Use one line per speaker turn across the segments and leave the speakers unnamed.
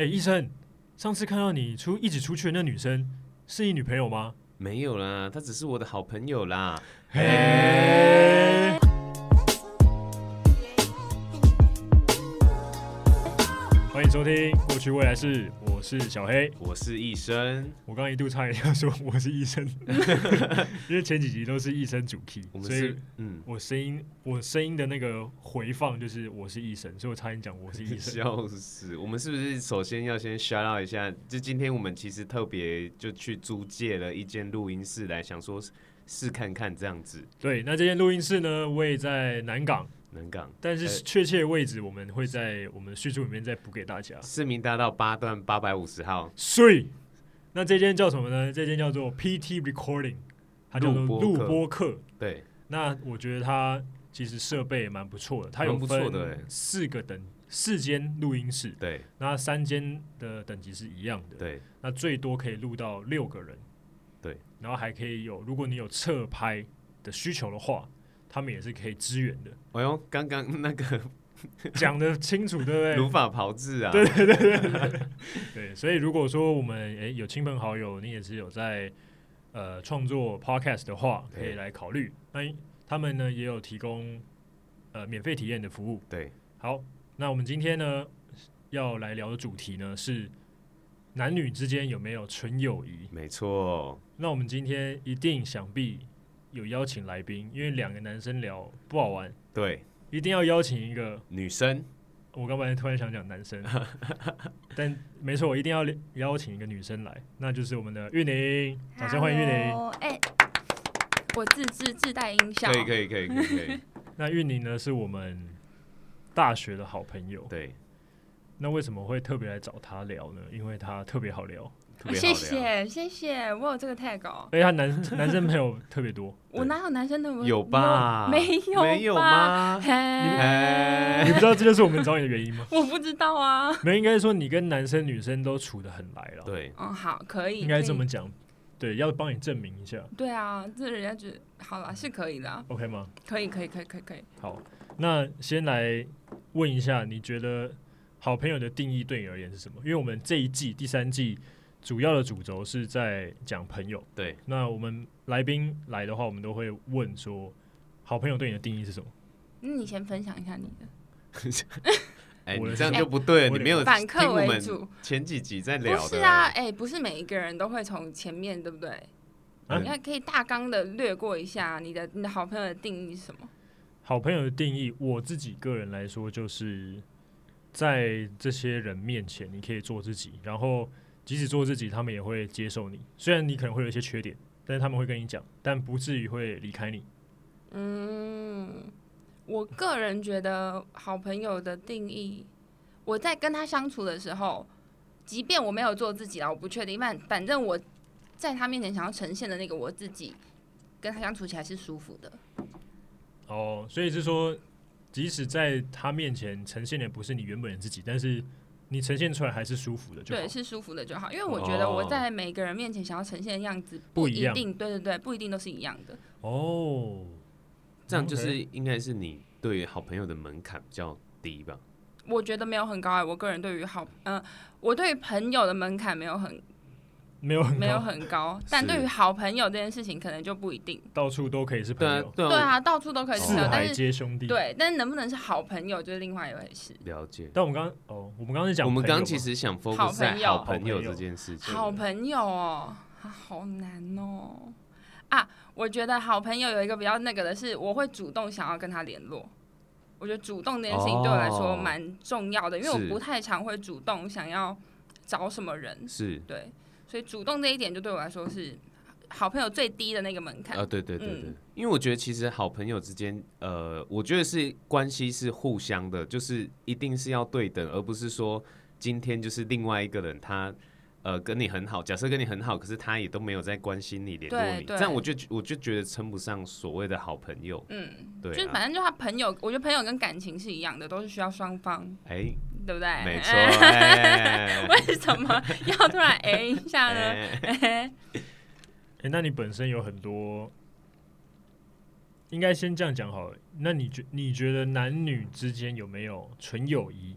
哎、医生，上次看到你出一起出去的那女生是你女朋友吗？
没有啦，他只是我的好朋友啦。
欢迎收听《过去未来式》，我是小黑。
我是医生，
我刚刚一度差点要说我是医生， 因为前几集都是医生主 key，
我们
所以
是嗯，
我声音我声音的那个回放就是我是医生，所以我差点讲我是医生。
笑死！我们是不是首先要先 shout out 一下？就今天我们其实特别就去租借了一间录音室来，想说试看看这样子。
对，那这间录音室呢位在南港，
南港
但是
哎
确切位置我们会在我们叙述里面再补给大家。
市民大道八段八百五十号，
所以，那这间叫什么呢？这间叫做 PT Recording，它叫做
录播
录
课
播课。
对，
那我觉得它其实设备也蛮不错的，它有
蛮不错的欸
分四个等四间录音室，
对，
那三间的等级是一样的。
对，
那最多可以录到六个人。
对，
然后还可以有，如果你有侧拍的需求的话，他们也是可以支援 的。
哎呦，刚刚那个
讲得清楚， 对不
如
对？
法炮制啊，
对，所以如果说我们诶有亲朋好友，你也是有在呃创作 podcast 的话，可以
对
来考虑。那他们呢也有提供呃免费体验的服务。
对，
好，那我们今天呢要来聊的主题呢是男女之间有没有纯友谊？
没错，
那我们今天一定想必有邀请来宾，因为两个男生聊不好玩，
对，
一定要邀请一个。
女生
我刚才突然想讲男生，但没错，我一定要邀请一个女生来，那就是我们的玉宁，掌声欢迎玉宁。
Hello，哎、我自制自带音效，
可以，可以，可以，可以，可以，
那玉宁呢，是我们大学的好朋友。
对，
那为什么会特别来找她聊呢？因为她特别好聊，
特别好
谢
聊。
谢谢谢，我有这个 tag 哦，
而且她男男生朋友特别多。
我哪有男生 的？
有吧？
没有，
没有？ 吗？
你
嘿，
不知道这就是我们找你的原因吗？
我不知道啊。
没有，应该说你跟男生女生都处得很来了。，
对，
哦，好，可以，
应该
可以
这么讲。对，要帮你证明一下
对啊，这人家觉得好了，是可以的啊，
，OK 吗？
可以，可以，可以，可以，可以。
好，那先来问一下，你觉得好朋友的定义对你而言是什么？因为我们这一季第三季主要的主轴是在讲朋友。
对，
那我们来宾来的话，我们都会问说，好朋友对你的定义是什么？
那你先分享一下你的，
哎，
我的
你这样
是
就不对，
我
你
的
没有
反
呃听
客
我
为
们
主。
前几集在
不
聊的。
是啊，哎、不是每一个人都会从前面，对不对？
啊
你要可以大纲的略过一下你的你的好朋友的定义是什么？
好朋友的定义，我自己个人来说，就是在这些人面前，你可以做自己，然后即使做自己，他们也会接受你。虽然你可能会有一些缺点，但是他们会跟你讲，但不至于会离开你。
嗯，我个人觉得好朋友的定义，我在跟他相处的时候，即便我没有做自己啦，我不确定，反反正我在他面前想要呈现的那个我自己，跟他相处起来是舒服的。
哦，所以是说，即使在他面前呈现的不是你原本的自己，但是你呈现出来还是舒服的就好
对，。是舒服的就好，因为我觉得
哦
我在每个人面前想要呈现的样子
不一
一
样
定，对对对，不一定都是一样的。
哦，
这样就
OK
是应该是你对好朋友的门槛比较低吧？
我觉得没有很高哎、我个人对于好，嗯、我对于朋友的门槛没有很
没有很高
没有很高，但对于好朋友这件事情可能就不一定。
到处都可以是朋
对啊
友，，
对
对
啊，
啊，到处都可以
哦
是
四
啊，但
海
是
皆兄弟。，
对，但是能不能是好朋友就是另外一回事。
我了解。
但我们刚哦，我们刚刚是讲
我们
朋友
刚刚其
嘛
实想
好
focus
朋
在
友
好朋
好
友
朋友
这件事情。
好朋友哦，啊好难哦。啊，我觉得好朋友有一个比较那个的是，我会主动想要跟他联络。我觉得主动这件事情对我来说
哦
蛮重要的，因为我
是
不太常会主动想要找什么人，
是
对，所以主动这一点就对我来说是好朋友最低的那个门槛。
啊，对对对对
嗯，
因为我觉得其实好朋友之间，呃，我觉得是关系是互相的，就是一定是要对等，而不是说今天就是另外一个人他。呃，跟你很好，假设跟你很好，可是他也都没有在关心你、联络
对
你，
对
这样我就我就觉得称不上所谓的好朋友。
嗯，
对、啊，
就是反正就他朋友，我觉得朋友跟感情是一样的，都是需要双方，
哎、
对不对？
没错，哎
为什么要突然哎一下呢？
哎
诶那你本身有很多，应该先这样讲好了。那你觉你觉得男女之间有没有纯友谊？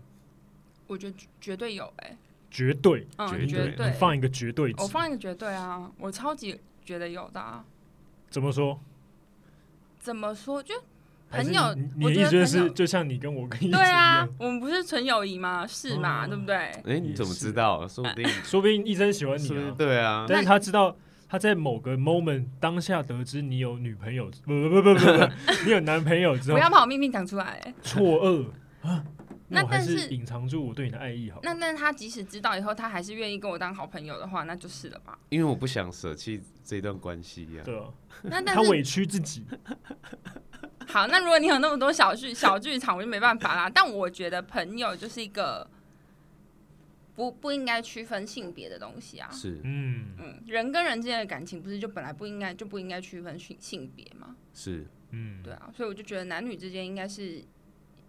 我觉得绝对有哎、
绝对，
嗯，
绝
绝
对
你
对，
放一个绝对
我
值，
放一个绝对啊，我超级觉得有的啊。
怎么说？
怎么说？就
还是
朋友
你你
我
的
觉
意
得
思就
朋
是，
友
就像你跟我跟你一
对啊
样，，
我们不是纯友谊吗？是嘛，
哦
对不对？
哎，你怎么知道？说不定
说不定医生喜欢你
是 不是
啊，
对啊？
但是他知道他在某个 moment 当下得知你有女朋友，不不不不 不不，你有男朋友之
不
后
要把我秘密讲出来。
错愕啊，
那
我还
但
是
是
隐藏住我对你的爱意好了。
那那他即使知道以后，他还是愿意跟我当好朋友的话，那就是了 吧？
因为我不想舍弃这段关系呀。
对啊，
那但
他
是
委屈自己，
好，那如果你有那么多小剧 小剧场，我就没办法啦。但我觉得朋友就是一个不不应该区分性别的东西啊。
是
嗯
嗯，人跟人之间的感情不是就本来不应该就不应该区分性性别吗？
是，
嗯，
对啊，所以我就觉得男女之间应该是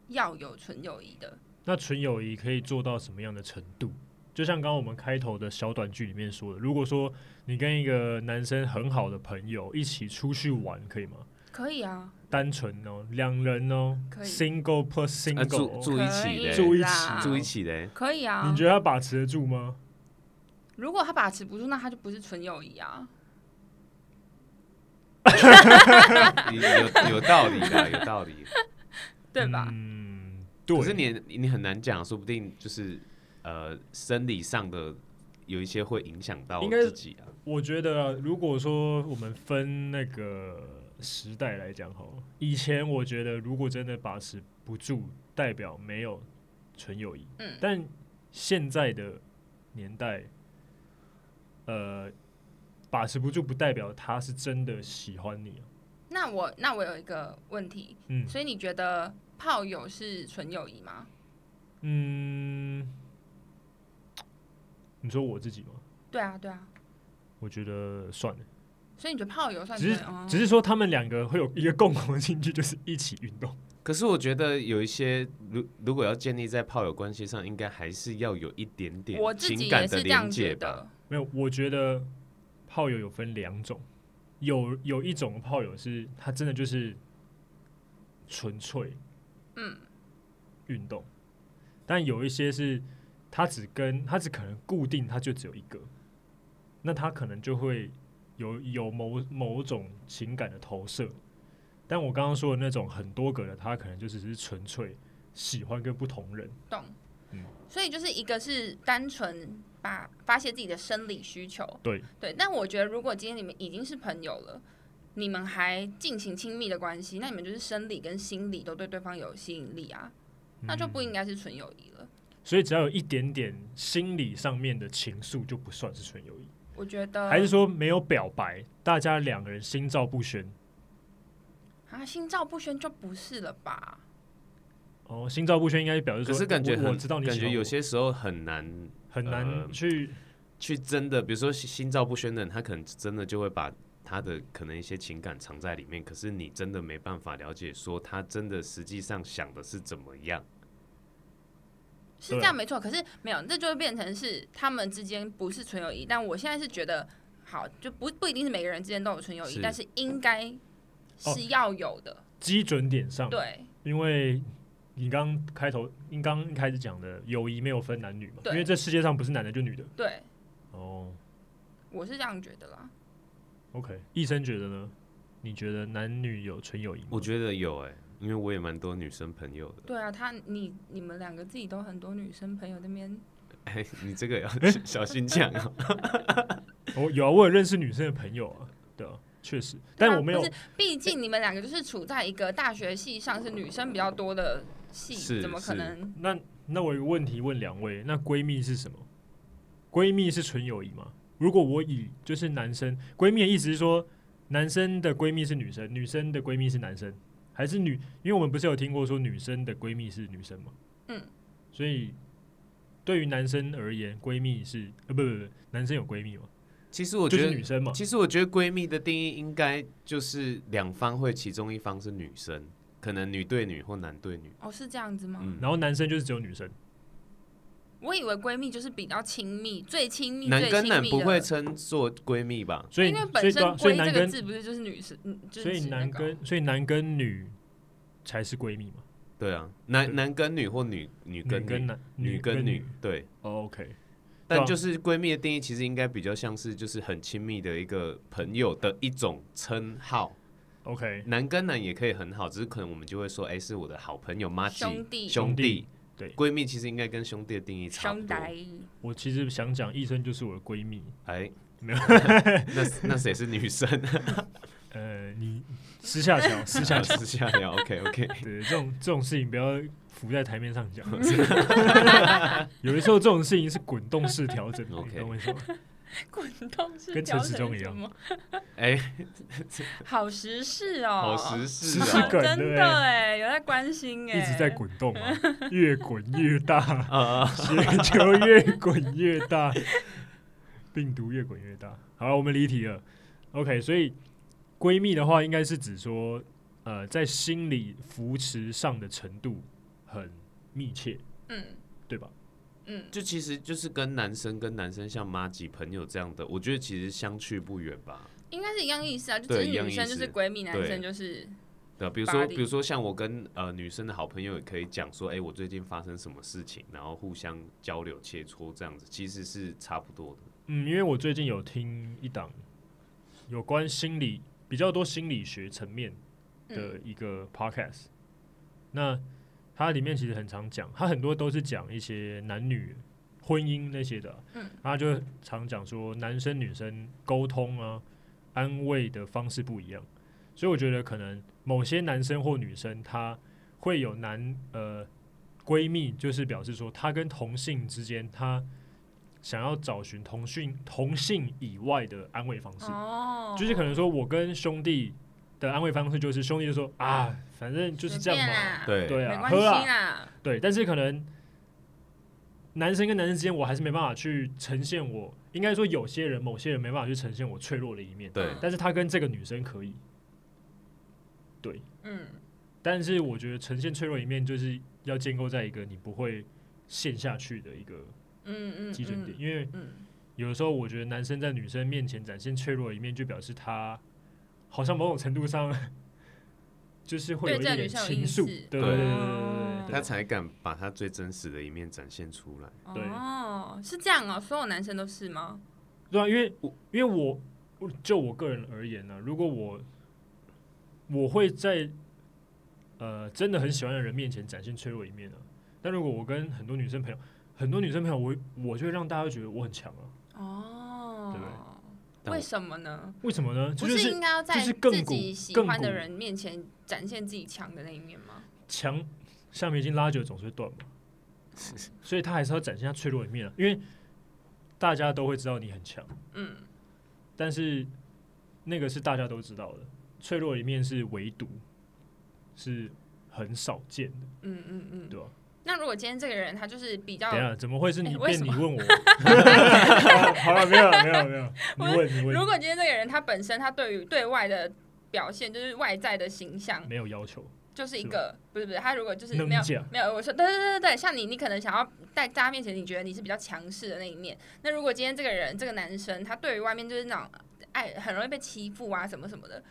要有纯友谊的。
那纯友谊可以做到什么样的程度？就像刚刚我们开头的小短剧里面说的，如果说你跟一个男生很好的朋友一起出去玩，可以吗？
可以啊，
单纯哦，两人哦
可以
，single plus
啊住
single，、
住一
可
起
以
的，
住一
啦
起
住一起的，
可以啊。
你觉得他把持得住吗？
如果他把持不住，那他就不是纯友谊啊。
有有道理的，有道理。
对吧？
嗯，对。
可是你你很难讲，说不定就是呃生理上的有一些会影响到
应该
自己啊。
我觉得啊，如果说我们分那个时代来讲好了，以前我觉得如果真的把持不住，代表没有纯友谊。
嗯
但现在的年代，呃，把持不住不代表他是真的喜欢你啊、
那我那我有一个问题，
嗯
所以你觉得炮友是纯友谊吗？
嗯，你说我自己吗？
对啊，对啊。
我觉得算了，
所以你觉得炮友算
只
纯哦
是
友
只是说他们两个会有一个共同的兴趣，就是一起运动。
可是我觉得有一些，如如果要建立在炮友关系上，应该还是要有一点点
我自己
情
也
感
是
的
这样
连
觉
接
得
吧。。
没有，我觉得炮友有分两种，有有一种炮友是他真的就是纯粹
嗯
运动，但有一些是他只跟他只可能固定他就只有一个，那他可能就会有有某某种情感的投射。但我刚刚说的那种很多个的，他可能就只是纯粹喜欢跟不同人。
懂。
嗯
所以就是一个是单纯把发泄自己的生理需求，
对
对。但我觉得如果今天你们已经是朋友了，你们还进行亲密的关系，那你们就是生理跟心理都对对方有吸引力啊，
嗯
那就不应该是纯友谊了。
所以只要有一点点心理上面的情愫，就不算是纯友谊。
我觉得
还是说没有表白，大家两个人心照不宣。
啊，心照不宣就不是了吧？
哦，心照不宣应该表示
可
说，
是感觉
我我
很
知道你喜
感
欢我，
觉有些时候很难
很
呃
难去、
去真的，比如说心心照不宣的人，他可能真的就会把他的可能一些情感藏在里面，可是你真的没办法了解，说他真的实际上想的是怎么样。
嗯
是
对啊
这样没错，可是没有，这就会变成是他们之间不是纯友谊。但我现在是觉得，好，就不不一定是每个人之间都有纯友谊，
是
但是应该
哦
是要有的。
基准点上。，
对，
因为你刚开头，你刚一开始讲的友谊没有分男女嘛，
对
因为这世界上不是男的就女的。
对，
哦
我是这样觉得啦。
，OK，医生觉得呢？你觉得男女有纯友谊吗？
我觉得有哎、因为我也蛮多女生朋友的。
对啊，他你你们两个自己都很多女生朋友那边，
哎、 你这 个要小心讲啊！
我有啊，我有认识女生的朋友啊，对啊，确实，但我没有
不是，毕竟你们两个就是处在一个大学系上，是女生比较多的系，
是
怎么可能？
那那我有个问题问两位，那闺蜜是什么？闺蜜是纯友谊吗？如果我以就是男生闺蜜的意思是说，男生的闺蜜是女生，女生的闺蜜是男生，还是女？因为我们不是有听过说女生的闺蜜是女生吗？
嗯，
所以对于男生而言，闺蜜是呃不不不，男生有闺蜜吗？
其实我
就
觉
是
得
女，生嘛。
其实我觉得闺蜜的定义应该就是两方会其中一方是女生，可能女对女或男对女。
哦，是这样子吗？
嗯，
然后男生就是只有女生，
我以为闺蜜就是比较亲密，最亲密，
男
最
跟
亲
男
密
不
的
会称作闺蜜吧？
所以
因为
所
本
以
身
对啊
“
所以
闺”
男
这个
跟
字不是就是女生，嗯就是
所以
指那
男
个
跟所以男跟女才是闺蜜嘛，
对啊，男
对
男跟女或女女
女
跟
跟男
女跟
跟
女，对，
哦，OK，对
但
啊
就是闺蜜的定义，其实应该比较像是就是很亲密的一个朋友的一种称号。
OK，
男跟男也可以很好，只是可能我们就会说，哎、是我的好朋友妈吉
兄弟
兄弟。
对
闺蜜其实应该跟兄弟的定义差不
兄
多。
弟，
我其实想讲，医生就是我的闺蜜。
哎，
没有
那那谁是女生？
呃，你私下聊， 私下 聊。
私下聊。OK OK。
对，这种这种事情不要浮在台面上讲。 有的时候这种事情是滚动式调整的，你
OK
懂我意思吗？
滚动式
跟
调
陈
整
时中
是
一样
什么，
哎、
好时事哦，
好时
时
事
事
啊、
梗对不
真
对
的哎，有在关心哎，
一直在滚动嘛，越滚越大，
呃，
雪球越滚越大，病毒越滚越大。好了，我们离题了。OK，所以闺蜜的话，应该是指说，呃，在心理扶持上的程度很密切，
嗯
对吧？
嗯，
就其实就是跟男生跟男生像妈吉朋友这样的，我觉得其实相去不远吧。
应该是一样意思啊，就
对
只是
一样
女生
意
就
思
是闺蜜，男
对
生就是
对啊、比如说
Buddy
比如说像我跟呃女生的好朋友也可以讲说，哎、我最近发生什么事情，然后互相交流切磋这样子，其实是差不多的。
嗯，因为我最近有听一档有关心理比较多心理学层面的一个 podcast，、那它里面其实很常讲，它很多都是讲一些男女婚姻那些的，
嗯，
他就常讲说男生女生沟通啊、安慰的方式不一样，所以我觉得可能某些男生或女生他会有男呃闺蜜，就是表示说他跟同性之间他。想要找寻同性同性以外的安慰方式，
哦，
就是可能说我跟兄弟的安慰方式就是兄弟就说啊，反正就是这样
随便
嘛，
啦，
对
对
没
啊，
关系
喝啊，
啦，
对。但是可能男生跟男生之间，我还是没办法去呈现我，应该说有些人某些人没办法去呈现我脆弱的一面，
对
但是他跟这个女生可以，对。
嗯，
但是我觉得呈现脆弱一面，就是要建构在一个你不会陷下去的一个
嗯嗯，
基准点，
嗯
因为
嗯
有的时候我觉得男生在女生面前展现脆弱的一面，就表示他好像某种程度上 就是会有一
对这个
点
女生有
情
意
愫
思，
对对对对对对啊
他
对，
才敢把他最真实的一面展现出来。
对
哦，是这样哦，所有男生都是吗？
对啊，因为我因为我我就我个人而言呢、如果我我会在呃真的很喜欢的人面前展现脆弱一面啊，但如果我跟很多女生朋友，很多女生朋友我我就会让大家觉得我很强啊，
哦，
对
但我
为什么呢？
为什么呢？这
不
就是
应该要在
就是亘古
自己喜欢的人面前展现自己强的那一面吗？
墙下面已经拉久，总是会断嘛，所以他还是要展现他脆弱的一面啊，因为大家都会知道你很强，
嗯，
但是那个是大家都知道的，脆弱的一面是唯独是很少见的，
嗯嗯嗯。
对吧？啊
那如果今天这个人他就是比较
等一，下怎么会是你
哎为
变
什
你
么
问 我？好了，没有了，没有了，没有了，你问你
如
问，
果今天这个人他本身他对于对外的表现就是外在的形象
没有要求，
就是一
是吧
个不是不是他如果就是
能
没有
讲
没有我说对对对对对，像你你可能想要在大家面前你觉得你是比较强势的那一面，那如果今天这个人这个男生他对于外面就是那种爱很容易被欺负啊什么什么的，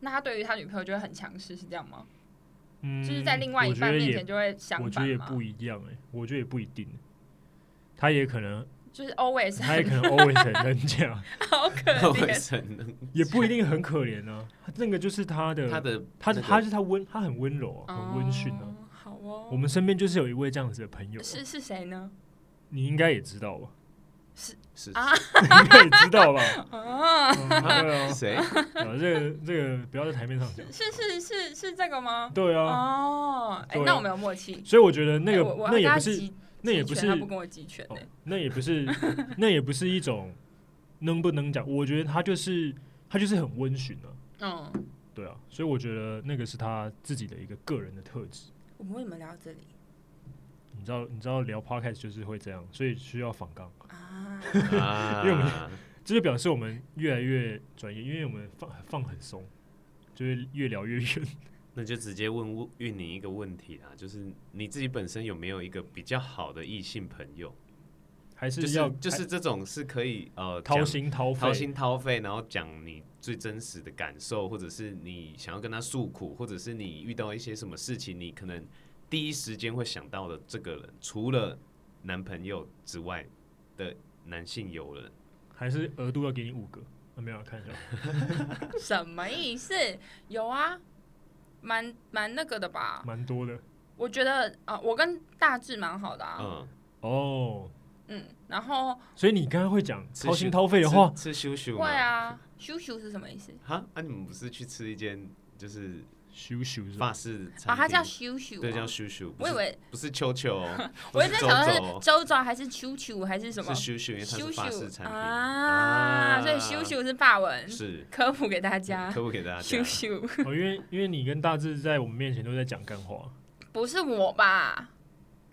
那他对于他女朋友就会很强势，是这样吗？
嗯，
就是在另外一
我觉得
半面
也
前就会相
我觉
反
得也
嘛
不，一样哎、我觉得也不一定，他也可能，
就是 always
他也可能 always 很能讲。
好可
卫
怜，
生呢
也不一定很可怜啊，那个就是他的，
他的
他
那
的
个
他是他温，他很温柔啊，很温驯啊。
哦。好哦，
我们身边就是有一位这样子的朋友啊，
是是谁呢？
你应该也知道吧？
是
啊
你应该也知道吧？
啊，
嗯对啊
是， 谁？
啊这个这个不要在台面上讲。
是是是是这个吗？
对啊，
哦，哎
对，啊
那我们有默契。
所以我觉得那
哎
个
我我要
那也
跟他
不是
集
那也不
集
是
权他不跟我集权
哦
欸
那也不 是那也不是一种能不能讲，我觉得他就是他就是很温驯啊，
嗯，
对啊，所以我觉得那个是他自己的一个个人的特质。
我们为什么聊到这里
你知道，你知道聊 podcast 就是会这样，所以需要仿纲，
啊？
啊
因为我们这就表示我们越来越专业，因为我们放放很松，就会越聊越远。
那就直接问问运你一个问题啦，就是你自己本身有没有一个比较好的异性朋友？
还
就是
要
是就是这种是可以呃
掏
讲
心掏肺，
掏心掏肺，然后讲你最真实的感受，或者是你想要跟他诉苦，或者是你遇到一些什么事情，你可能第一时间会想到的这个人，除了男朋友之外的男性友人。
还是额度要给你五个？啊、没有，看一 下，
什么意思？有啊，蛮蛮那个的吧？
蛮多的
我觉得啊、我跟大志蛮好的啊，
嗯，
哦。
嗯然后
所以你刚刚会讲
吃
掏心
咻
掏肺的话，
吃吃羞羞
会啊，羞羞是什么意思？
哈，啊，你们不是去吃一间就是
咻咻是吧？
法式餐
啊，它叫
厅
羞羞、啊，
对叫羞羞，不
我以
是
为，
不是球球哦
我一
不
直在
是周周
想的
哦
是周周还是秋秋还是什么
是羞羞，因为它是法式餐厅
啊，所以羞羞是法文，
是
科普给大家
科。普给大家
羞，羞
哦，因为因为你跟大志在我们面前都在讲干话，
不是我吧？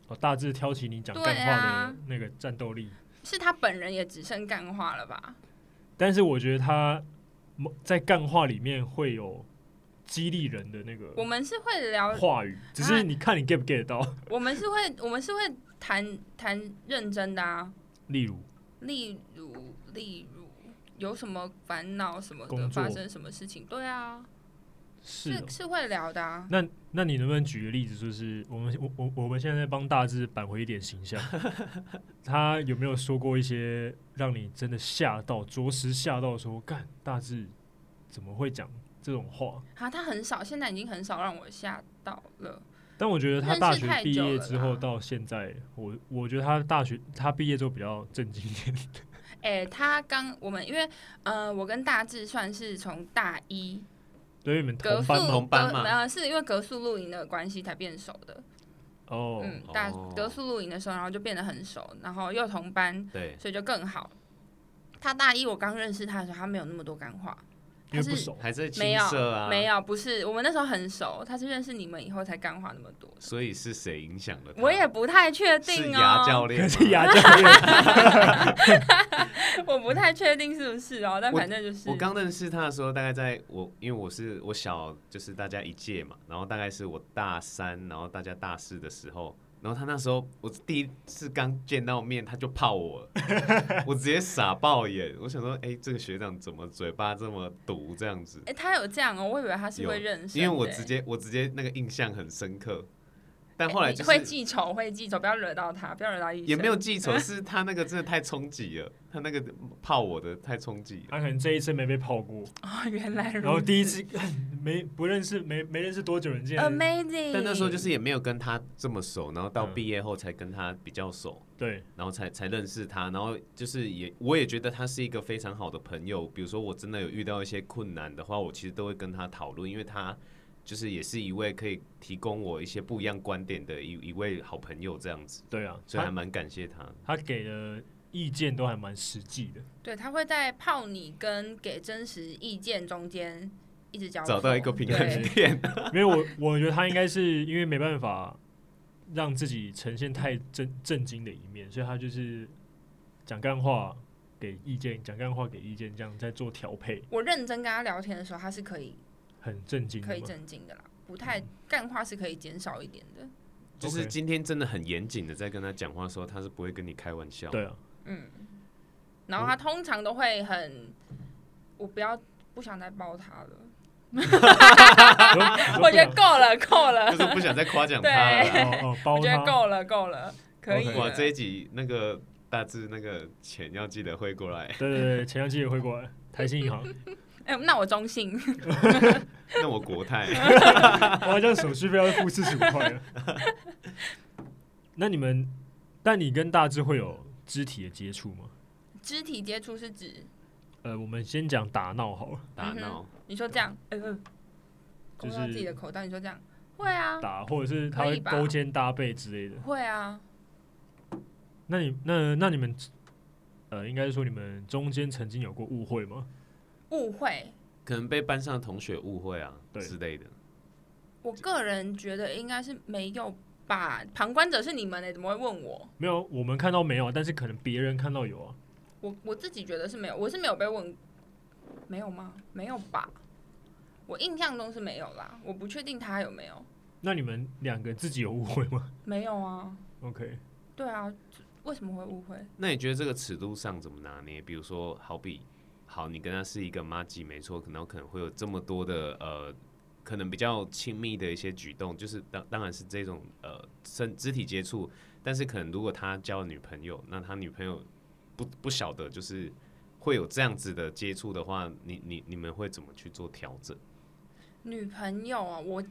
哦，大志挑起你讲
对
干话
啊
的那个战斗力，
是他本人也只剩干话了吧？
但是我觉得他某在干话里面会有激励人的那
我
个
们是会聊，
话语，只是你看你 get 不 get 得到。
我们是会，我们是会谈谈认真的啊。
例如，
例如，例如有什么烦恼什么的，
工作
发生什么事情？对啊，
是
是
哦
是会聊的啊。
那那你能不能举个例子，就是我们我我我们现在帮大志扳回一点形 象，他有没有说过一些让你真的吓到、着实吓到说，干大志怎么会讲这种话？
啊，他很少，现在已经很少让我吓到了。
但我觉得他
认识
大学
太
毕
久
业
了
之后
啦
到现在，我我觉得他大学他毕业之后比较正经一点，
哎、他刚我们因为呃，我跟大志算是从大一
对，因为你们
格
同
数
班
格
同
同班嘛
呃，是因为格数露营的关系才变熟的。
哦，
嗯，大
哦
格数露营的时候，然后就变得很熟，然后又同班，
对，
所以就更好。他大一我刚认识他的时候，他没有那么多干话，
因为
他
不
是
熟，
还在
没
青涩
有
啊，
没有，不是我们那时候很熟，他是认识你们以后才干话那么多的。
所以是谁影响了他？
我也不太确
啊是
定
牙教
哦，
可
练
是
吗，
牙教练
我不太确定是不是哦，但
我
反正就是
我刚认识他的时候，大概在我因为我是我小就是大家一届嘛，然后大概是我大三，然后大家大四的时候，然后他那时候我第一次刚见到面，他就泡 我了，我直接傻爆眼，我想说，哎、这个学长怎么嘴巴这么毒这样子？
哎、他有这样哦，我以为他是
有
会认识，
因为我直接我直接那个印象很深刻，但后来
哎你
就
会
是
记仇，会记仇，不要惹到他，不要惹到医生。
也没有记仇，是他那个真的太冲击了，他那个泡我的太冲击了。
他可能这一次没被泡过，
哦，原来如此。
然后第一次 没不认识没没认识多久人
呃
见，
amazing，
但那时候就是也没有跟他这么熟，然后到
嗯
毕业后才跟他比较熟，
对，
然后才才认识他，然后就是也我也觉得他是一个非常好的朋友。比如说我真的有遇到一些困难的话，我其实都会跟他讨论，因为他就是也是一位可以提供我一些不一样观点的一一位好朋友这样子，
对啊，
所以还
他
蛮感谢他。
他给的意见都还蛮实际的，
对他会在泡你跟给真实意见中间一直交错
找到一个平衡
对
点，
因为我我觉得他应该是因为没办法让自己呈现太震震惊的一面，所以他就是讲干话给意见，讲干话给意见，这样在做调配，
我认真跟他聊天的时候，他是可以
很震惊的嘛，嗯
可以正经的啦，不太干话是可以减少一点的。
就是今天真的很严谨的在跟他讲话的时候，他是不会跟你开玩笑。
对啊，
嗯，然
哦
后他通常都会很，我不要不想再抱他了，我觉得够了够了
就，是不想再夸奖他了啦。
哦哦，包
我觉得
他
够了够了，可以啊
OK
哇，
了。
这一集那个大致那个钱要记得汇过来。
对对对，前两季也会过来，台新银行，
哎、那我中性。
那我国 泰
我好像手续费要付四十五块了。 那你们，但你跟大致会有肢体的接触吗？
肢体接触是指
呃，我们先讲打闹好了，
打闹，
你说这样，呃，呃
就
勾
是
到自己的口袋，你说这样，会啊，
打或者是他
可
会
以吧
勾肩搭背之类的。
会啊，
那你那那你们，呃，应该是说你们中间曾经有过误会吗？
误会。
可能被班上同学误会啊
对
之类的。
我个人觉得应该是没有吧，旁观者是你们呢、欸怎么会问我？
没有，我们看到没有，啊但是可能别人看到有啊。
我我自己觉得是没有，我是没有被问，没有吗？没有吧？我印象中是没有啦，我不确定他有没有，
那你们两个自己有误会吗
没有啊，
？OK，
对啊，为什么会误会？
那你觉得这个尺度上怎么拿捏？比如说，好比好，你跟他是一个妈鸡，没错，可能可能会有这么多的呃，可能比较亲密的一些举动，就是当当然是这种呃身肢体接触，但是可能如果他交了女朋友，那他女朋友不不晓得就是会有这样子的接触的话，你你你们会怎么去做调整？
女朋友啊，我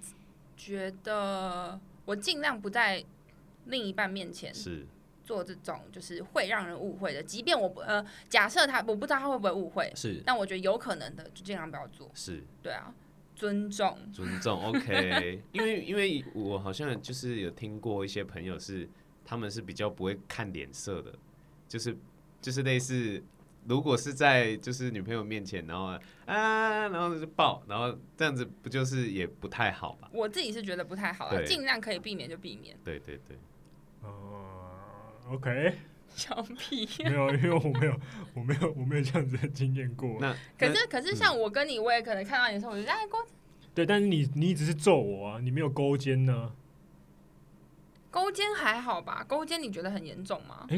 觉得我尽量不在另一半面前
是
做这种就是会让人误会的，即便我不呃假设他我不知道他会不会误会，
是
但我觉得有可能的就尽量不要做。
是
对啊，尊重，
尊重，OK，因为因为我好像就是有听过一些朋友是他们是比较不会看脸色的，就是就是类似。如果是在就是女朋友面前，然后啊，啊然后就抱，然后这样子不就是也不太好吧？
我自己是觉得不太好了，
对
尽量可以避免就避免。
对对对，
呃，OK，
小屁。
没有，因为我没有，我没有，我没有这样子的经验过。
那
可
那
是可
嗯
是像我跟你，我也可能看到你的时候，我就哎勾
对，但是你你只是揍我啊，你没有勾肩呢、
勾肩还好吧？勾肩你觉得很严重吗？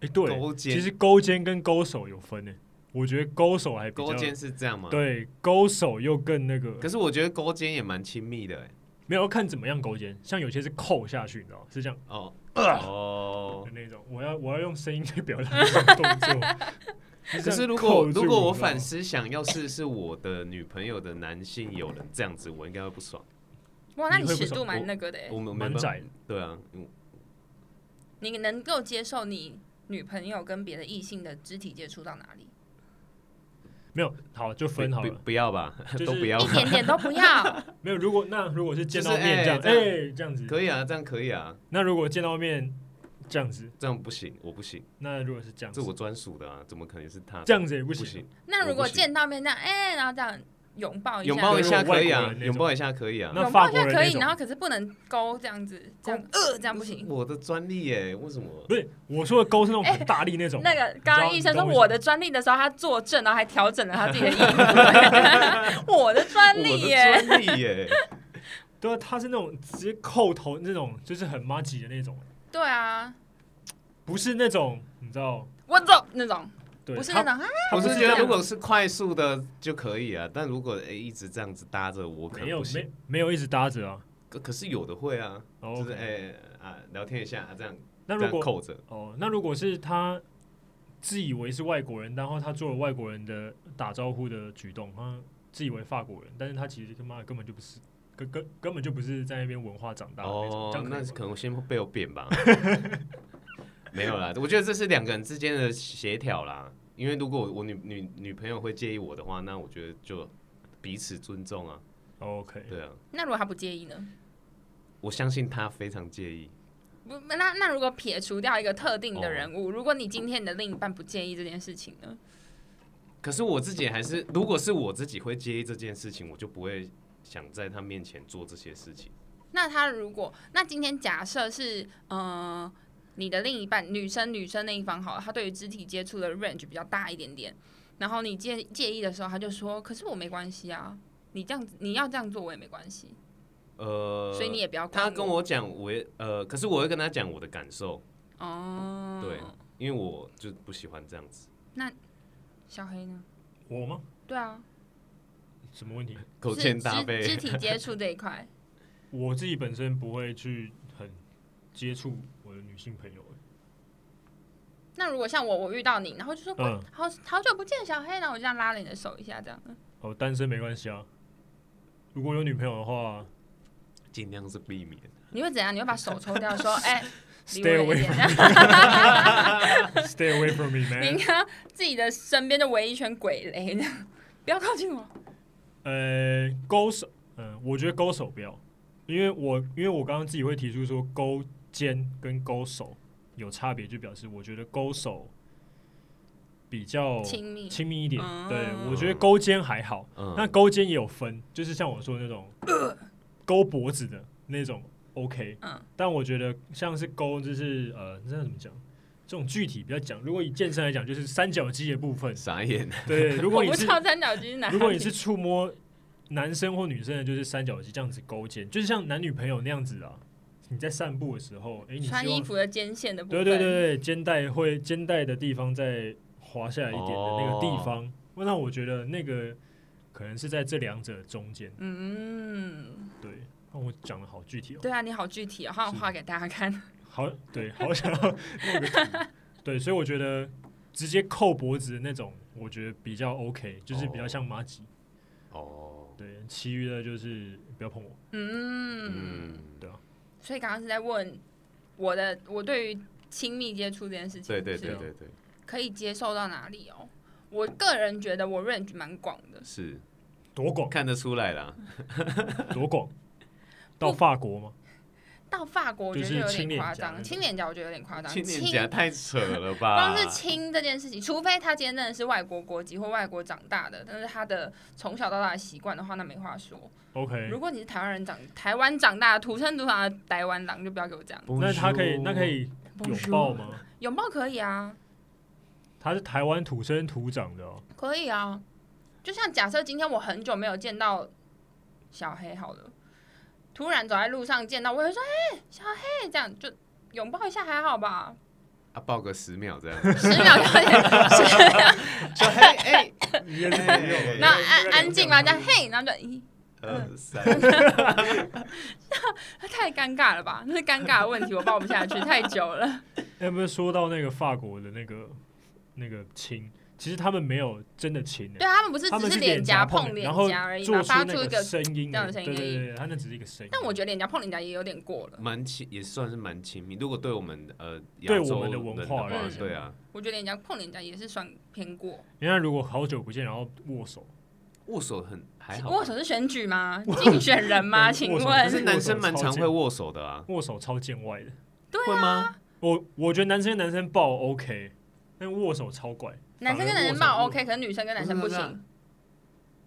哎、对，
勾肩
其实勾肩跟勾手有分诶、我觉得勾手还比较
勾肩是这样吗？。
对，勾手又更那个
可，是我觉得勾肩也蛮亲密的、欸，
没有要看怎么样勾肩，像有些是扣下去，你知道吗是这样
哦、哦
的。那种，我要我要用声音去表达这种动 作。
可是如果如果我反思想，要是是我的女朋友的男性友人这样子，我应该会不爽。
哇，那
你
你
会不
尺
爽
度蛮
我
那个的欸，
我们没
蛮
办法，
窄的，
对啊，嗯
你能够接受你女朋友跟别的异性的肢体接触到哪里？
没有好就分好
不
了，
不要吧，
就是
都不要
一
吧，
点点都 不要。
没有。如果那如果是见到
就是
面
哎
这样，
这
哎、
样
这样子，
可以啊，这样可以啊，
那如果见到面这样子，
这样不行，我不行，
那如果是这样
这
子，
我专属的啊，怎么可能是他
这样子也不
不
行。
行？
那如果
我不行
见到面这样，哎、然后这样拥抱哦一下，
拥抱一下
如果外
可以
国人
啊
那，种
拥抱一下可以啊，
那
拥
法
抱一
国人
下
那种
可以，然后可是不能勾这样子，这样呃这样不行。
我的专利耶，为什么？
不是我说的勾是那种很大力那种，
哎那个刚刚医生说
你懂
我
我
的专利的时候，他作证，然后还调整了他自己的意思。我的专
我
利
的
耶，
专利 耶，
对啊，他是那种直接扣头那种，就是很妈吉的那种，
对啊，
不是那种你知道，
我走那种，
对，
不是
他
那种啊，
他
我
不
是
是
觉
这
得
样
如果是快速的就可以啊，但如果诶一直这样子搭着，我可
没
能
有
不行。
没没有一直搭着啊。
可可是有的会啊，
哦
就是
OK
诶啊聊天一下啊这样
那
这
如
样
果
扣着，
哦，那如果是他自以为是外国人，然后他做了外国人的打招呼的举动，他自以为法国人，但是他其实他妈的根本就不是，根根根本就不是在那边文化长大的那种，这
哦
样，可
那
以吗
可能先被我扁 吧。没有啦，我觉得这是两个人之间的协调啦。因为如果我女女女朋友会介意我的话，那我觉得就彼此尊重啊。
OK，
对啊，
那如果他不介意呢？
我相信她非常介意。
不，那那如果撇除掉一个特定
哦
的人物，如果你今天你的另一半不介意这件事情呢？
可是我自己还是，如果是我自己会介意这件事情，我就不会想在她面前做这些事情。
那他如果那今天假设是嗯、呃你的另一半女生女生那一方好了，他对于肢体接触的 range 比较大一点点，然后你介介意的时候，他就说：“可是我没关系啊，你这样子你要这样做我也没关系，
呃，
所以你也不要管
他跟我讲，我也呃，可是我会跟他讲我的感受，
哦，
对，因为我就不喜欢这样子
小黑呢？
我吗？
对啊，
什么问题？
勾
是
肩搭
肢肢
背。
体接触这一块，
我自己本身不会去很接触我的女性朋友、欸
那如果像我，我遇到你，然后就说、
嗯
好好久不见小黑，然后我就这样拉了你的手一下，这样。
哦，单身没关系啊。如果有女朋友的话
尽量是避免。
你会怎样？你会把手抽 掉，说：“哎、离我
，Stay
远一
away,
点。
Stay away from me, ”
你
man。
看自己的身边就围一圈鬼雷，不要靠近我。
哦呃，勾手，嗯、我觉得勾手不要，因为我因为我刚刚自己会提出说勾肩跟勾手有差别，就表示我觉得勾手比较
亲密
亲密一点。
哦
对，我觉得勾肩还好，
嗯，
那勾肩也有分，就是像我说的那种、勾脖子的那种 OK，
呃嗯
但我觉得像是勾就是呃，那怎么讲？这种具体比较讲，如果以健身来讲，就是三角肌的部分。
傻眼。
对，如果
我
你
不
是
知道三角肌是 哪里。
如果你是触摸男生或女生的，就是三角肌这样子勾肩，就是像男女朋友那样子啊。你在散步的时候，哎、你
穿
希望
衣服的肩线的部
对对
分，
对对，肩带会肩带的地方再滑下来一点的那个地方，
哦
那我觉得那个可能是在这两者中间。
嗯，
对，那我讲的好具体哦，
对啊，你好具体哦，好想画给大家看。
好对，好想要那个图。对，所以我觉得直接扣脖子的那种，我觉得比较 OK，就是比较像马吉。
哦，
对，其余的就是不要碰我。
嗯，
嗯，
所以刚刚是在问我的我对于亲密接触这件事情，
对对
是
对对对，
可以接受到哪里哦？我个人觉得我 range 蛮广的，
是
多广
看得出来啦。
多广，到法国吗？
到法国我觉
就
得
是
有
亲
点
脸
夸
颊那
张，
种
亲脸颊我觉得有点夸张，
亲脸颊太扯了吧？
光是 亲这件事情，除非他今天真的是外国国籍或外国长大的，但是他的从小到大的习惯的话，那没话说。
OK，
如果你是台湾人长，台湾长大土生土长的台湾狼，就不要给我这样。
那他可以，那可以拥抱
Bonjour？
吗？
拥抱可以啊，
他是台湾土生土长的、哦，
可以啊。就像假设今天我很久没有见到小黑好了，突然走在路上见到，我会说：“哎、小黑！”这样就拥抱一下还好吧，
啊，抱个十秒这样，
十秒就有点
就 嘿哎，
你也是
哎
没有
哎
然后安安 静嘛，这样嘿，然后就咦，
二呃三，
太尴尬了吧？那是尴尬的问题，我抱不下去，太久了。
哎，不是说到那个法国的那个那个亲，其实他们没有真的亲、欸，
对啊他们不是
他
只
们
是
脸
脸颊
碰
碰
然
脸
后
颊而已嘛，
做
发出
那
一个。
声音
这样
欸，
的声
对
音
对
而已
对，对他那只是一个声音。
但我觉得脸颊碰脸颊也有点过了，
蛮亲，也算是蛮亲密。如果对我们呃
对
亚
我
洲
们的
人
文
的
化
话
来，讲
对啊，
我觉得脸颊碰脸颊也是算偏过。
因为如果好久不见，然后握手，
握手很还好吧，
握手是选举吗？ 竞选人吗？
握
请
握手
可
不
是
问，
男生蛮常会握手的啊，
握手超见外的。
啊
会吗？
我我觉得男生跟男生抱 OK，但握手超怪。
男生跟
反而
男
握
生
手
抱
握
OK，可是女生跟男生
啊
不
不是不
行。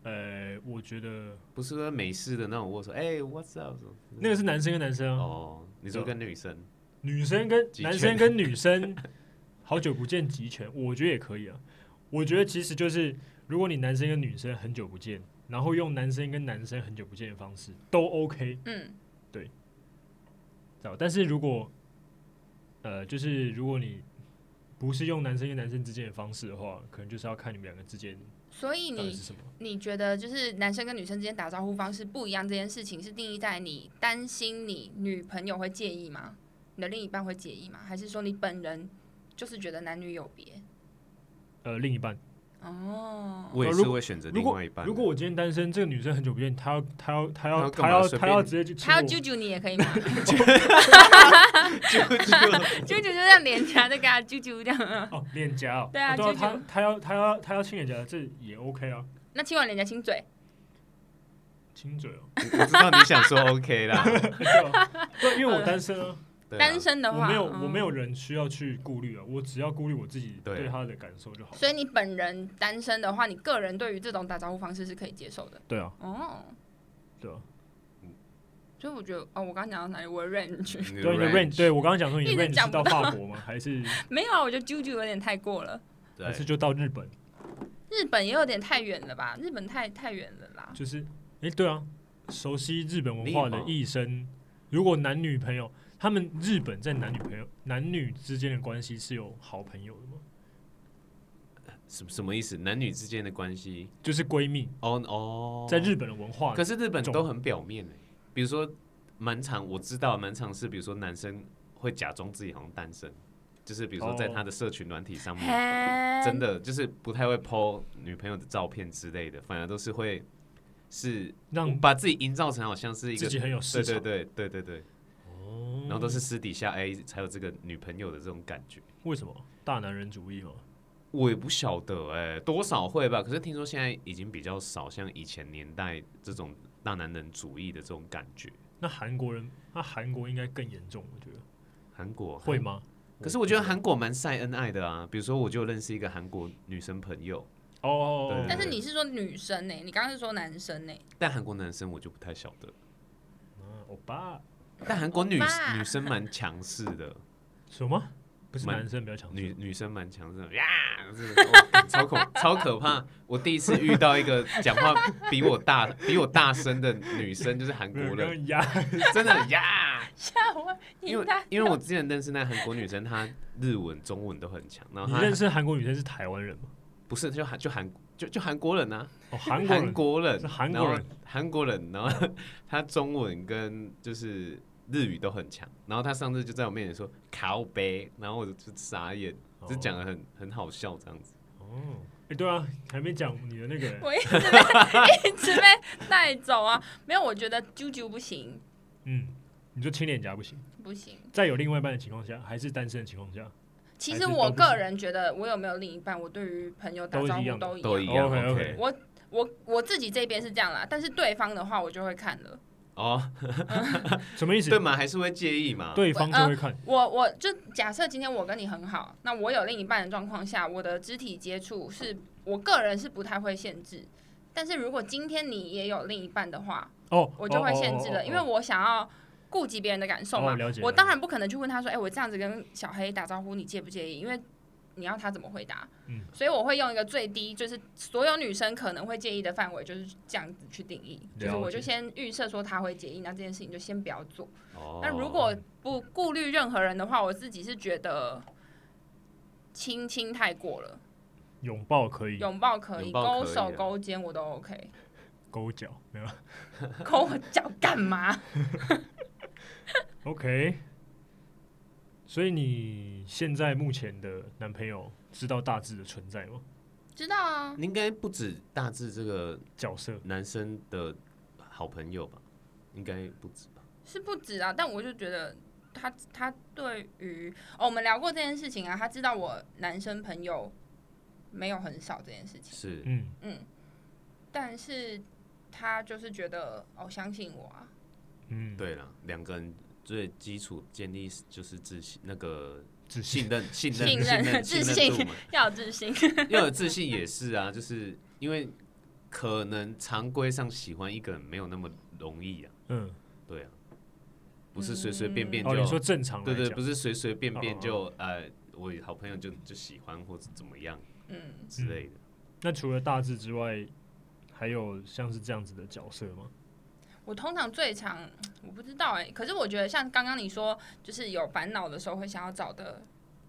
呃，我觉得
不是说美式的那种握手，哎，What's up？
那个是男生跟男生啊，
哦，你说跟女生
女生跟
集
男生
权
跟女 生，好久不见集权，我觉得也可以啊。我觉得其实就是，如果你男生跟女生很久不见，然后用男生跟男生很久不见的方式都 OK，
嗯，
知道？但是如果呃，就是如果你不是用男生跟男生之间的方式的话，可能就是要看你们两个之间
所以
到底
你
是什么。
你觉得就是男生跟女生之间打招呼方式不一样这件事情，是定义在你担心你女朋友会介意吗？你的另一半会介意吗？还是说你本人就是觉得男女有别？
呃，另一半，
哦，
我也
呃如
是
果
会选择
如
另
果
外一半的。
如果我今天单身，这个女生很久不见，她要她要她要她
她要干嘛
要
随
她
便
要直接去亲
他要
我，
啾啾你也可 以吗？
就就
啾啾就这样脸颊就给他啾啾这样啊。
哦，脸颊哦，
对啊
哦对啊，
啾啾
她她要她要她要亲脸颊，这也 OK 啊，
那亲完脸颊亲嘴，
亲嘴哦，
我知道你想说 OK 啦，
对啊，对，因为我单身啊，
对啊
单身嗯的
我
话，
没有
嗯
我没有人需要去顾虑啊，我只要顾虑我自己
对
对她的感受就好。
嗯所以你本人单身的话，你个人对于这种打招呼方式是可以接受的。
对啊，
哦，
对啊，
所以我觉得，哦，我刚刚讲到哪里？我的 range
你的
对你啊的 range，对我刚刚讲说你
一
的
直
range
讲
是到
不
法国吗？还是
没有啊，我觉得啾啾有点太过了。
还是
对，
就到日本？
日本也有点太远了吧？日本太太远了啦。
就是，哎、对啊，熟悉日本文化的医生，如果男女朋友，他们日本在男女朋友、男女之间的关系是有好朋友的吗？
什什么意思？男女之间的关系？
就是闺蜜，
哦哦，
在日本的文化，
可是日本都很表面诶、比如说蛮常我知道蛮常是，比如说男生会假装自己好像单身，就是比如说
哦
在他的社群软体上面，
嘿
嗯真的就是不太会 po 女朋友的照片之类的，反而都是会是
让
把自己营造成好像是一
自
个
己很有
对
市
对
场。
对对对对，
哦
然后都是私底下哎、才有这个女朋友的这种感觉。
为什么大男人主义嘛？
我也不晓得哎、多少会吧。可是听说现在已经比较少，像以前年代这种大男人主义的这种感觉。
那韩国人，那韩国应该更严重，我觉得
韩国
会？吗？
可是我觉得韩国蛮晒恩爱的啊。比如说，我就认识一个韩国女生朋友，
哦哦，哦
对
但是你是说女生呢、欸你刚刚是说男生欸呢、
但韩国男生我就不太晓得。
嗯欧巴
但韩国女
欧巴
女生蛮强势的，
什么？不是
蛮
男生比较强势，
女女生蛮强势的呀，这个哦超恐超可怕。我第一次遇到一个讲话比我大比我大声的女生，就是韩国
没有
人，
跟压
真的呀。
吓我一
因为
大
因为我之前认识那韩国女生，她日文、中文都很强，然后
你
她
认识韩国女生是台湾人吗？
不是就韩就韩就就韩国人啊，
哦，韩国
韩
人
国人
是韩国人，
然后韩国人，然后 她中文跟就是日语都很强，然后她上次就在我面前说靠背，然后我就傻眼，只是讲的很很好笑这样子。
哦，哎、对啊，还没讲你的那个、
我一直被一直被带走啊！ 没有，我觉得啾啾不行，
嗯，你说亲脸颊不行，
不行。
在有另外一半的情况下，还是单身的情况下，
其
还
实
是
我
都不
个
行
人觉得，我有没有另一半，我对于朋友打
都
招
一
呼
样的
都一
都
样。
一样
OK，OK
我我自己这边是这样啦，但是对方的话我就会看了。
哦，
什么意思？
对嘛，还是会介意嘛？，
对方就会看，
我我就假设今天我跟你很好，那我有另一半的状况下，我的肢体接触是我个人是不太会限制。但是如果今天你也有另一半的话，
哦，
我就会限制
哦哦哦
了，
哦
因为我想要顾及别人的感受
哦
嘛
了解。
我当然不可能去问他说：“哎，我这样子跟小黑打招呼，你介不介意？”因为你要他怎么回答
嗯？
所以我会用一个最低，就是所有女生可能会介意的范围，就是这样子去定义。就是
了
我
解
就先预设说他会介意，那这件事情就先不要做。
哦，
那如果不顾虑任何人的话，我自己是觉得亲亲太过了，
拥抱可以，
拥抱可
嗯拥
以，
抱
勾
可以
手
啊
勾肩我都 OK，
勾脚没有
勾我脚干嘛？
？OK，所以你现在目前的男朋友知道大致的存在吗？
知道啊，
你应该不止大致这个
角色
男生的好朋友吧？应该不止吧？
是不止啊，但我就觉得他他对于哦，我们聊过这件事情啊，他知道我男生朋友没有很少这件事情，
是
嗯，
嗯，但是他就是觉得哦，相信我啊，
嗯，，
对了，两个人最基础建立就是自信，那个
自信
信任、 信任、
信任
信
自
任
信
度嘛。
要有自信，
要有自信也是啊，就是因为可能常规上喜欢一个人没有那么容易啊，
嗯，
对啊，不是随随便便就、
哦，你说正常来
对
讲，
对，不是随随便便
哦
就呃，我好朋友就就喜欢或者怎么样
嗯。
之类的。
那除了大致之外，还有像是这样子的角色吗？
我通常最常我不知道哎、可是我觉得像刚刚你说，就是有烦恼的时候会想要找的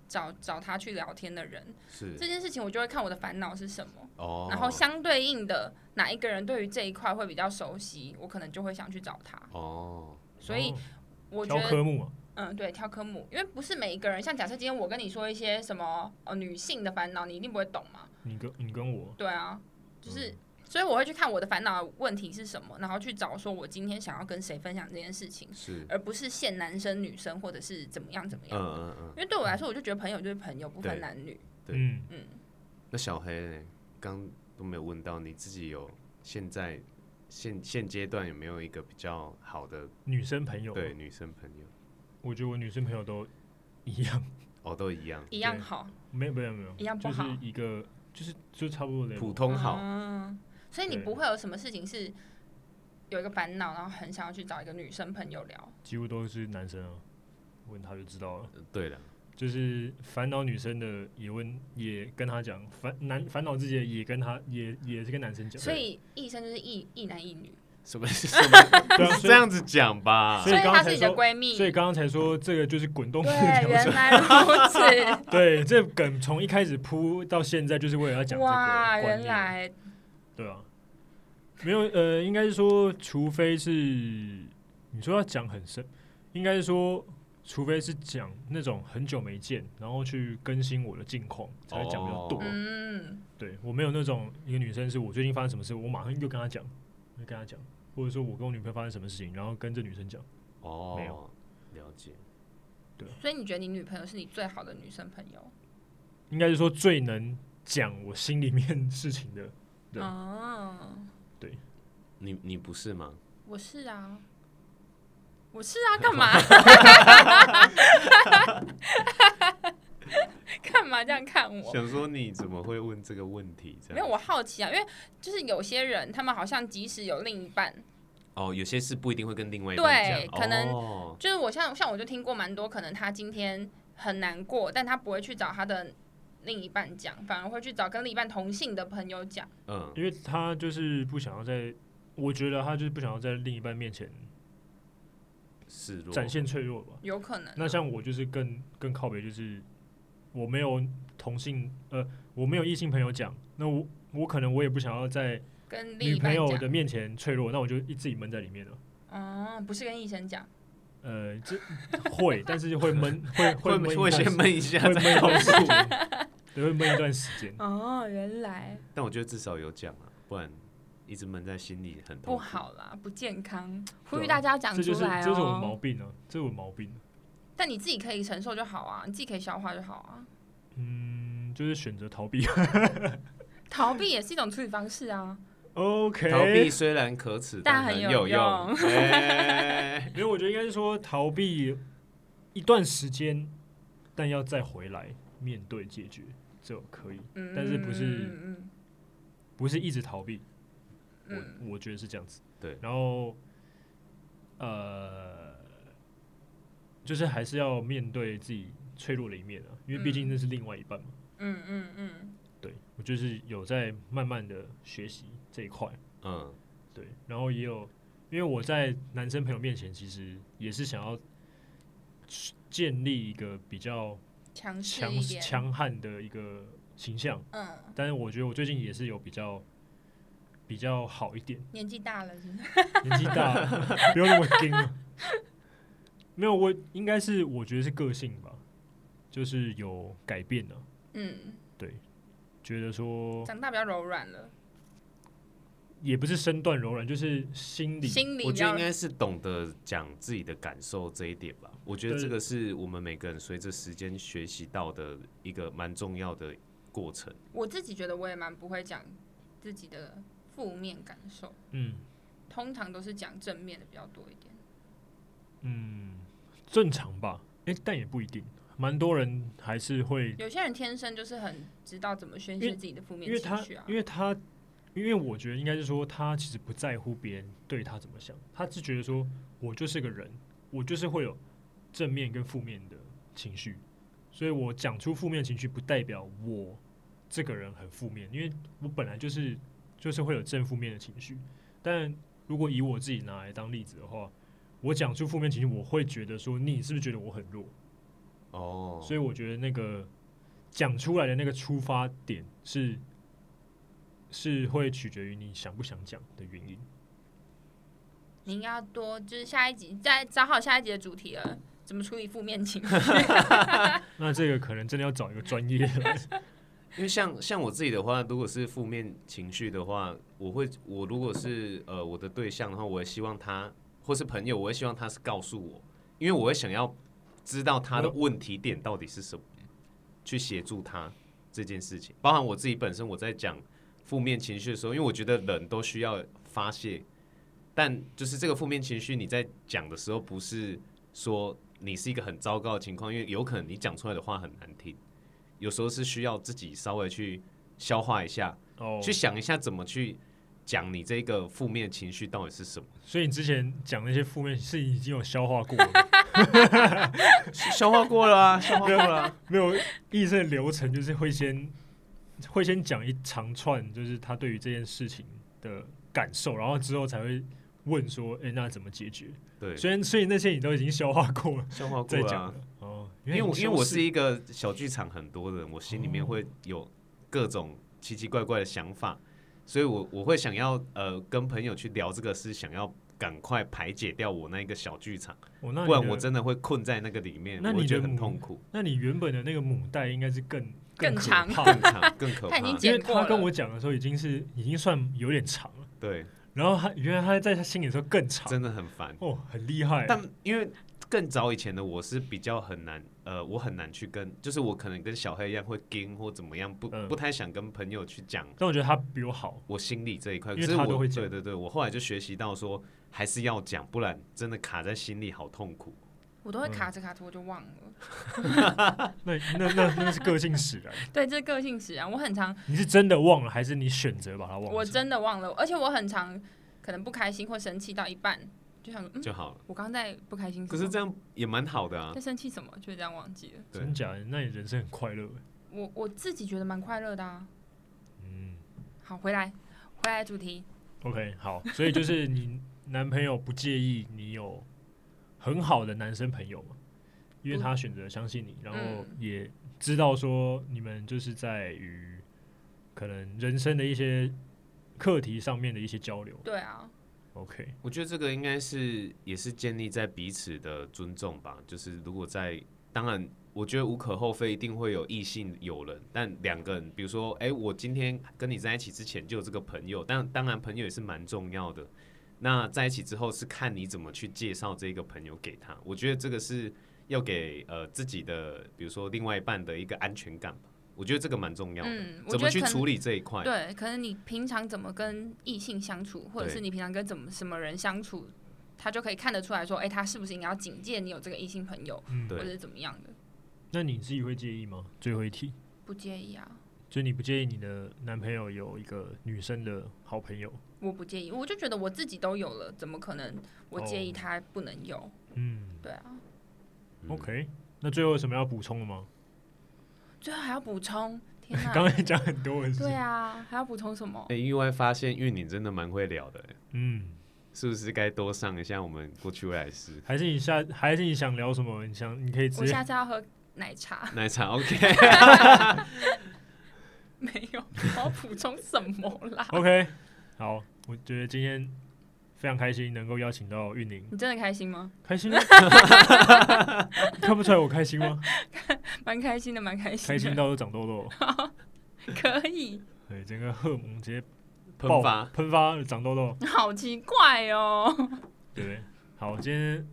找找他去聊天的人，这
是
件事情我就会看我的烦恼是什么，
哦，
然后相对应的哪一个人对于这一块会比较熟悉，我可能就会想去找他。
哦，
所以
哦
我觉
挑
得，
科目啊，
嗯，对，挑科目，因为不是每一个人，像假设今天我跟你说一些什么呃女性的烦恼，你一定不会懂嘛，
你跟你跟我，
对啊，就是。
嗯
所以我会去看我的烦恼问题是什么，然后去找说我今天想要跟谁分享这件事情。
是
而不是限男生女生或者是怎么样怎么
嗯
样。
嗯嗯。
因为对我来说，我就觉得朋友就是朋友，不
对
分男女。
对
嗯，
嗯，
那小黑呢刚都没有问到你自己有现在现现阶段有没有一个比较好的
女生朋友，啊
对，女生朋友？
我觉得我女生朋友都一样，
哦，都一样，
一样
对
好，
没有没有没有，
一样不
就是
好
一个就是就差不多的
普通好。
嗯，所以你
对
不会有什么事情是有一个烦恼，然后很想要去找一个女生朋友聊。
几乎都是男生啊，问他就知道了。
对了，
就是烦恼女生的也问，也跟他讲烦男烦恼自己的也跟他也也是跟男生讲，
所以一生就是一一男一女，
什么 什么
对啊，
这样子讲吧
所？以
以
刚刚
她是
才
你的
说，
闺蜜
所。以刚刚才说这个就是滚动
对，
式调
原
整，
来 如此。
对，这梗从一开始铺到现在就是为了要讲这个
哇，
观念
原来
对啊，没有呃，应该是说，除非是你说要讲很深，应该是说，除非是讲那种很久没见，然后去更新我的近况，才会讲比较多。
哦
嗯，
对我没有那种一个女生是我最近发生什么事，我马上就跟她讲，就跟她讲，或者说我跟我女朋友发生什么事情，然后跟这女生讲。
哦，
没有
了解。
所以你觉得你女朋友是你最好的女生朋友？
应该是说最能讲我心里面事情的，对
哦，
你你不是吗？
我是啊，我是啊，干嘛？ 干嘛这样看我？
想说你怎么会问这个问题？这
没有，
样
我好奇啊，因为就是有些人，他们好像即使有另一半，
哦，有些事不一定会跟另外一
对
半讲，
可能
哦
就是我像像我就听过蛮多，可能他今天很难过，但他不会去找他的另一半讲，反而会去找跟另一半同性的朋友讲。
嗯，
因为她就是不想要在，我觉得她就是不想要在另一半面前
示弱，
展现脆弱吧。
有可能，
那像我就是更更靠北，就是我没有同性呃，我没有异性朋友讲，那我我可能我也不想要在
跟另
女
一
朋
半
友
讲，
的面前脆弱，那我就一自己闷在里面了。
哦，不是跟医生讲，
呃，这会，但是会 闷，会
会
闷一
会
段
先
时
闷一下
会
再
闷
告
一
诉
段
我。
时间对，会闷一段时间。
哦，原来
但我觉得至少有讲啊，不然一直闷在心里很痛
不
苦。
好啦，不健康，呼
对
吁
啊
大家讲
这就
出
是
来
这是我的毛
哦。
病啊，这是我的毛病。
但你自己可以承受就好 啊，你自己可以消化就好啊。
嗯，就是选择逃 避。
逃避也是一种处理方式啊。
OK，
逃避虽然可耻，
但很
很
有
有
用
哎
没有，我觉得应该是说逃避一段时间，但要再回来面对解决，就可以，
嗯，
但是不是
嗯
不是一直逃避。
嗯嗯
我我觉得是这样子。
对
然后呃，就是还是要面对自己脆弱的一面啊，因为毕竟
嗯
那是另外一半嘛。
嗯嗯嗯
对我就是有在慢慢的学习这一块，
嗯，
对，然后也有，因为我在男生朋友面前，其实也是想要建立一个比较
嗯，强势
强
一点，
强悍的一个形象，
嗯，
但是我觉得我最近也是有比较比较好一点，
年纪大了是不是？
年纪大了不用那么硬了。没有，我应该是我觉得是个性吧，就是有改变了、
嗯，
觉得说
长大比较柔软了，
也不是身段柔软，就是心理
心理
我
比
觉得
较
应该是懂得讲自己的感受这一点吧。我觉得
对
这个是我们每个人随着时间学习到的一个蛮重要的过程。
我自己觉得我也蛮不会讲自己的负面感受，
嗯
通常都是讲正面的比较多一点。
嗯正常吧，诶，但也不一定，蛮多人还是会
有些人天生就是很知道怎么宣泄自己的负面
因为
情
他
绪啊，。
因为他，因为我觉得应该是说，他其实不在乎别人对他怎么想，他是觉得说我就是个人，我就是会有正面跟负面的情绪，所以我讲出负面情绪，不代表我这个人很负面，因为我本来就是就是会有正负面的情绪，但如果以我自己拿来当例子的话。我讲出负面情绪，我会觉得说你是不是觉得我很弱？
哦，
所以我觉得那个讲出来的那个出发点是是会取决于你想不想讲的原因。
你应该要多就是下一集再找好下一集的主题了，怎么处理负面情绪？
那这个可能真的要找一个专业的来
因为像像我自己的话，如果是负面情绪的话，我会我如果是呃我的对象的话，我会希望他或是朋友，我会希望他是告诉我，因为我会想要知道他的问题点到底是什么，去协助他这件事情。包含我自己本身，我在讲负面情绪的时候，因为我觉得人都需要发泄，但就是这个负面情绪你在讲的时候，不是说你是一个很糟糕的情况，因为有可能你讲出来的话很难听。有时候是需要自己稍微去消化一下，
哦。
去想一下怎么去讲你这个负面情绪到底是什么，
所以你之前讲那些负面是已经有消化过 了，
消化过了 啊，消化过了、啊。
没有医生的流程就是会先会先讲一长串，就是他对于这件事情的感受，然后之后才会问说，哎、那怎么解决？
对，
所以所以那些你都已经消化过了，
消化过
再
了
讲
啊、
了。哦，
因
原来
为
你
我因为我
修饰
是一个小剧场很多的人，我心里面会有各种奇奇怪怪的想法，所以我我会想要呃跟朋友去聊这个，是想要赶快排解掉我那一个小剧场，
哦那你
不然
的
我真的会困在那个里面，
那
我
你
觉
的
得很
母
痛苦，
那你原本的那个母带应该是更
更
可
长
怕
更
的，
长更可
他已
怕
经，
因为
见过
他
了
跟我讲的时候已经是已经算有点长了，
对，
然后他原来他在他心里的时候更长，
真的很烦。
哦，很厉害。
但因为更早以前的我是比较很难，呃，我很难去跟，就是我可能跟小黑一样会跟或怎么样，不、
嗯
不太想跟朋友去讲
但我觉得他比我好，
我心里这一块。
因
可
为
是
他
我
都会讲
对对对，我后来就学习到说还是要讲，不然真的卡在心里好痛苦。
我都会卡着卡着我就忘了。
嗯
那那那那是个性使然。
对，这是个性使然，我很常
你是真的忘了，还是你选择把它忘记？
我真的忘了，而且我很常可能不开心或生气到一半，就想说嗯，
就好了。
我刚在不开心什
可
么，
是这样也蛮好的啊
在，生气什么，就会这样忘记了。
对
真假的？那你人生很快乐欸。
我我自己觉得蛮快乐的啊。
嗯
好，回来回来主题，
，OK，好，所以就是你男朋友不介意你有很好的男生朋友嘛？因为他选择相信你，然后
嗯
也知道说你们就是在于可能人生的一些课题上面的一些交流。
对啊，
OK，
我觉得这个应该是也是建立在彼此的尊重吧。就是如果在，当然，我觉得无可厚非，一定会有异性友人，但两个人，比如说，哎、我今天跟你在一起之前就有这个朋友，但当然朋友也是蛮重要的。那在一起之后是看你怎么去介绍这个朋友给他。我觉得这个是要给呃自己的，比如说另外一半的一个安全感吧。我觉得这个蛮重要的，
嗯我
怎么
觉得
去
可能
处理这一块？
对，可能你平常怎么跟异性相处，或者
对
是你平常跟怎么什么人相处，他就可以看得出来说，哎、他是不是应该要警戒你有这个异性朋友，
嗯，
对
或者是怎么样的？
那你自己会介意吗？最后一题，
不介意啊，
就你不介意你的男朋友有一个女生的好朋友？
我不介意，我就觉得我自己都有了，怎么可能我介意
哦
他不能有？
嗯
对啊，
嗯
OK，那最后有什么要补充的吗？
最后还要补充，天哪！
刚才讲很多的事
对
情，
啊，还要补充什么？
哎、意外发现玉宁真的蛮会聊的、
嗯，
是不是该多上一下我们过去未来式
还是你下，还是你想聊什么？你想，你可以直
我
接
下次要喝奶茶，
奶茶？OK，
没 有，我要补充什么啦？
OK。好，我觉得今天非常开心能够邀请到运宁，
你真的开心吗？
开心吗？ 看不出来我开心吗？
蛮开心的，蛮开心的，
开心到啊都长痘痘，
可以，
对，整个荷尔蒙直接
喷
爆
发，
喷发长痘痘，
好奇怪哦。
对不对？好，今天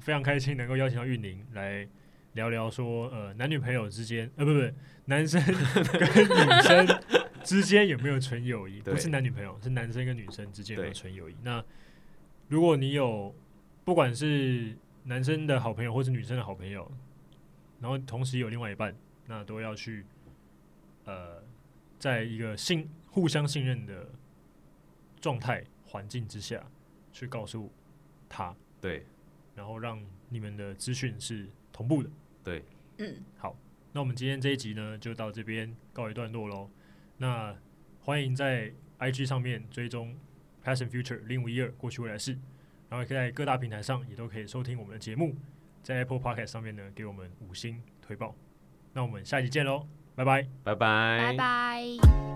非常开心能够邀请到运宁来聊聊说，呃，男女朋友之间，呃，不不，男生跟女生之间有没有纯友谊？
对
不是男女朋友，是男生跟女生之间有没有
对
纯友谊？那如果你有，不管是男生的好朋友或是女生的好朋友，然后同时有另外一半，那都要去，呃，在一个信互相信任的状态环境之下，去告诉他，
对
然后让你们的资讯是同步的。
对，
嗯，
那我们今天这一集呢，就到这边告一段落喽。那欢迎在 IG 上面追踪 Past and Future 零五一二过去未来式，然后也可以在各大平台上也都可以收听我们的节目，在 Apple Podcast 上面呢给我们五星推报。那我们下一集见喽，拜拜。
拜拜，
拜拜。